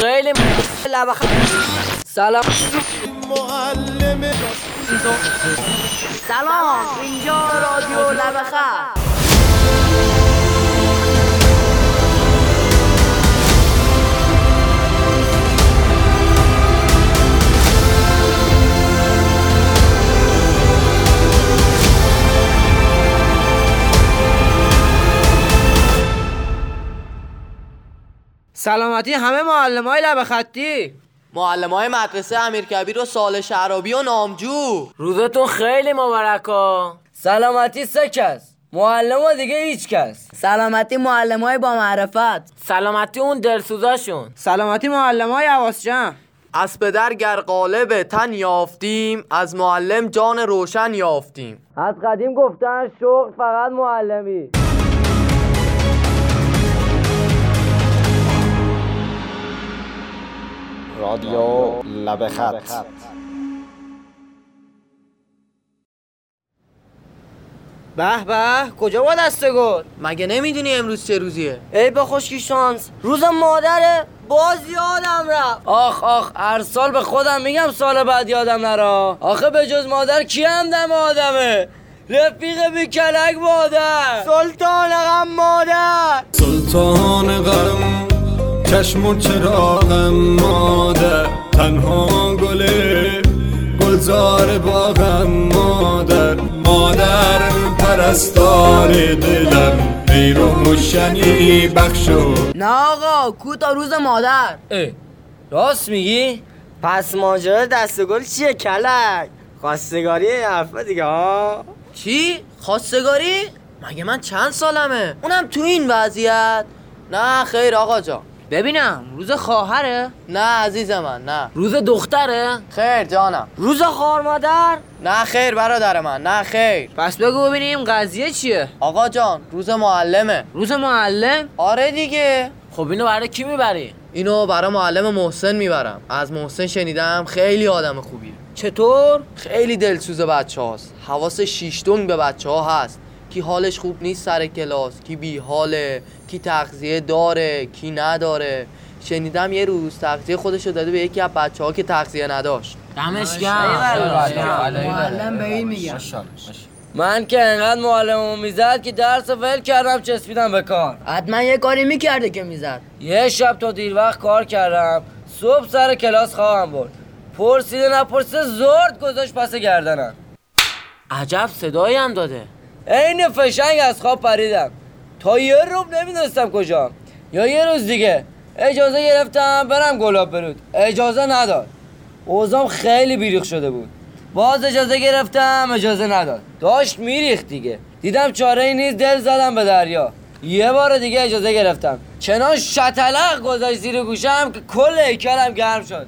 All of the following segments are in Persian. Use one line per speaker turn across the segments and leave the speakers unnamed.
خیلی لبخ سلام
معلم
سلام اینجا رادیو لبخه
سلامتی همه معلم های لب خطی
معلم های مدرسه امیرکبیر و سال شعرابی و نامجو
روزتون خیلی مبارک ها
سلامتی سه کس معلم و دیگه هیچ کس
سلامتی معلم های با معرفت
سلامتی اون دلسوزاشون
سلامتی معلم های عواس جمع
از پدر گر قالب تن یافتیم از معلم جان روشن یافتیم
از قدیم گفتن شغل فقط معلمی
رادیو لب خط
به به کجا با دست گل
مگه نمیدونی امروز چه روزیه
ای به خشکی شانس روز مادره باز یادم رفت آخ آخ هر سال به خودم میگم سال بعد یادم نره آخه به جز مادر کی هم دم آدمه رفیق بی کلک مادر سلطان غم مادر
سلطان غم چشم و چراغم مادر تنها گل گلزار باغم مادر مادر پرستار دلم بیرون و شنی بخشو
نه آقا کو تا روز مادر
راست میگی؟ پس ماجرا دست گل چیه کلک؟ خواستگاری این حرفا دیگه ها؟
چی؟ خواستگاری؟ مگه من چند سالمه؟ اونم تو این وضعیت؟ نه خیر آقا جان
ببینم روز خواهره
نه عزیز من نه
روز دختره
خیر جانم
روز خار مادر؟
نه خیر برادر من نه خیر
پس بگو ببینیم قضیه چیه
آقا جان روز معلمه
روز معلم
آره دیگه
خب اینو برای کی میبری
اینو برای معلم محسن میبرم از محسن شنیدم خیلی آدم خوبیه
چطور
خیلی دلسوز بچه هاست حواس شیشتون به بچه ها هست کی حالش خوب نیست سر کلاس کی بی حاله کی تغذیه داره کی نداره شنیدم یه روز تغذیه خودش رو داده به یکی از بچه ها که تغذیه نداشت
دمش
معلم به این میگم
من که انقدر معلممو میزد که درس رو ول کردم چسبیدم به کار
حتما یه کاری میکرده که میزد
یه شب تا دیر وقت کار کردم صبح سر کلاس خواهم برد پرسیده نپرسیده زرد گذاشت پس گردنم
عجب صدایی هم داده
عین فشنگ از خواب پریدم تا یه روب نمیدونستم کجا یا یه روز دیگه اجازه گرفتم برم گلاب برود اجازه نداد اوزام خیلی بیریخ شده بود باز اجازه گرفتم اجازه نداد داشت میریخت دیگه دیدم چاره ای نیست دل زدم به دریا یه بار دیگه اجازه گرفتم چنان شتلق گذاشت زیر گوشم که کل هیکلم گرم شد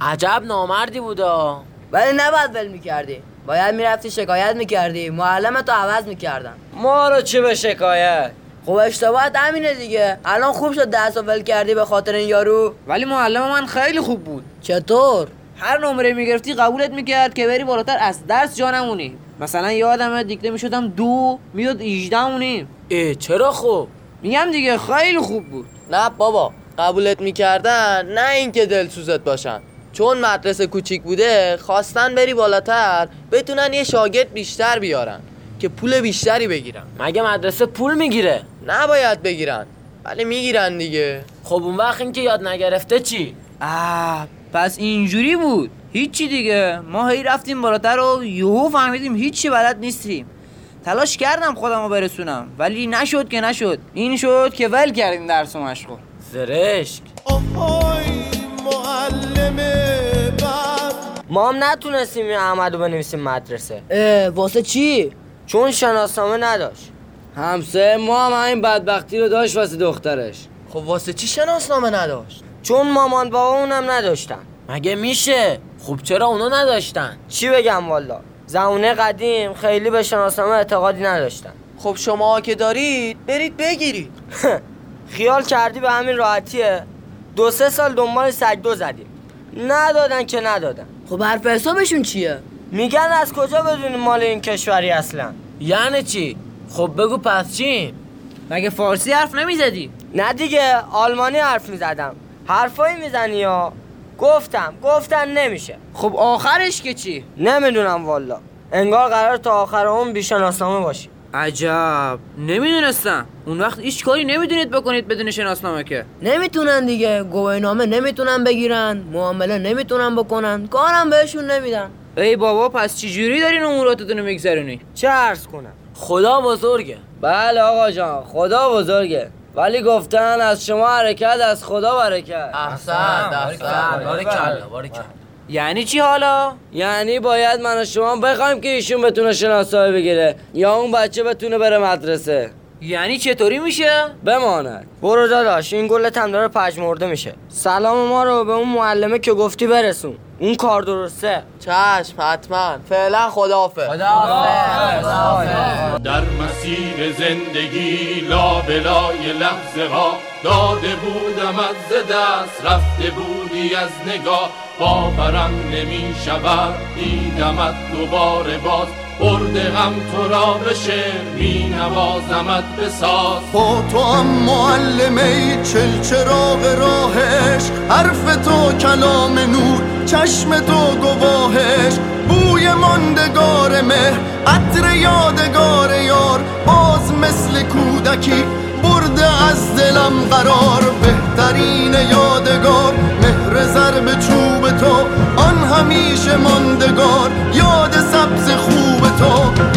عجب نامردی بودا
ولی نباید ول میکردی باید میرفتی شکایت میکردی معلم تو عوض میکردن
ما رو چه به شکایت
خب اشتباهت همینه دیگه الان خوب شد دست رو ول کردی به خاطر این یارو
ولی معلم من خیلی خوب بود
چطور
هر نمره میگرفتی قبولت میکرد که بری بالاتر از درس جانمونی مثلا یادم دیکته میشدم دو میاد 18 مونیم
ای چرا خب
میگم دیگه خیلی خوب بود
نه بابا قبولت میکردن نه اینکه دلسوزت باشن چون مدرسه کوچیک بوده خواستن بری بالاتر بتونن یه شاگرد بیشتر بیارن که پول بیشتری بگیرن
مگه مدرسه پول میگیره
نباید بگیرن ولی میگیرن دیگه
خب اون وقت این که یاد نگرفته چی
آه پس اینجوری بود هیچی دیگه ما هی رفتیم بالاتر و یهو فهمیدیم هیچی بلد نیستیم تلاش کردم خودم رو برسونم ولی نشد که نشد این شد که ول کردیم درس و مشغول
زرشک
آهای معلم بعد
ما هم نتونستیم این احمد رو بنویسیم مدرسه
اه واسه چی
چون شناسنامه نداشت همسه ما هم همین بدبختی رو داشت واسه دخترش
خب واسه چی شناسنامه نداشت
چون مامان بابا اونم نداشتن
مگه میشه خب چرا اونا نداشتن
چی بگم والا زمونه قدیم خیلی به شناسنامه اعتقادی نداشتن
خب شما که دارید برید بگیرید
خیال کردی به همین راحتیه دو سه سال دنبال سجدو زدیم ندادن که ندادن
خب حرف حسابشون چیه
میگن از کجا بدونیم مال این کشوری اصلا
یعنی چی خب بگو پس چی
مگه فارسی حرف نمیزدی
نه دیگه آلمانی حرف میزدم حرفایی میزنی یا گفتم گفتن نمیشه
خب آخرش که چی
نمیدونم والا انگار قرار تا آخر اون بیشناسنامه باشی
عجب نمیدونستم اون وقت هیچ کاری نمیدونید بکنید بدون شناسنامه که
نمیتونن دیگه گواهینامه نمیتونن بگیرن معامله نمیتونن بکنن کارم بهشون نمیدن
ای بابا پس چی جوری دارین اموراتتون رو میگذرونی
چه عرض کنم
خدا بزرگه
بله آقا جان خدا بزرگه ولی گفتن از شما حرکت از خدا برکت
احسن
باریکلا باریکلا
یعنی چی حالا
یعنی باید من و شما بخوایم که ایشون بتونه شناسایی بگیره یا اون بچه بتونه بره مدرسه
یعنی چطوری میشه
بماند
برو داداش این گلت هم داره پژمرده میشه سلام ما رو به اون معلمه که گفتی برسون اون کار درسته
چشم حتما فعلا خدافه
در مسیر زندگی لابلای لحظه ها داده بودم از دست رفته بودی از نگاه باورم نمی شود دیدمت دوباره باز برده غم تو را به شعر می نوازمت به ساز با تو هم معلم ای چل چراغ راهش حرف تو کلام نور چشم تو گواهش بوی ماندگار مهر عطر یادگار یار باز مثل کودکی برده از دلم قرار بهترین یادگار مهر ضرب چوب تو آن همیشه ماندگار یاد سبز خوب تو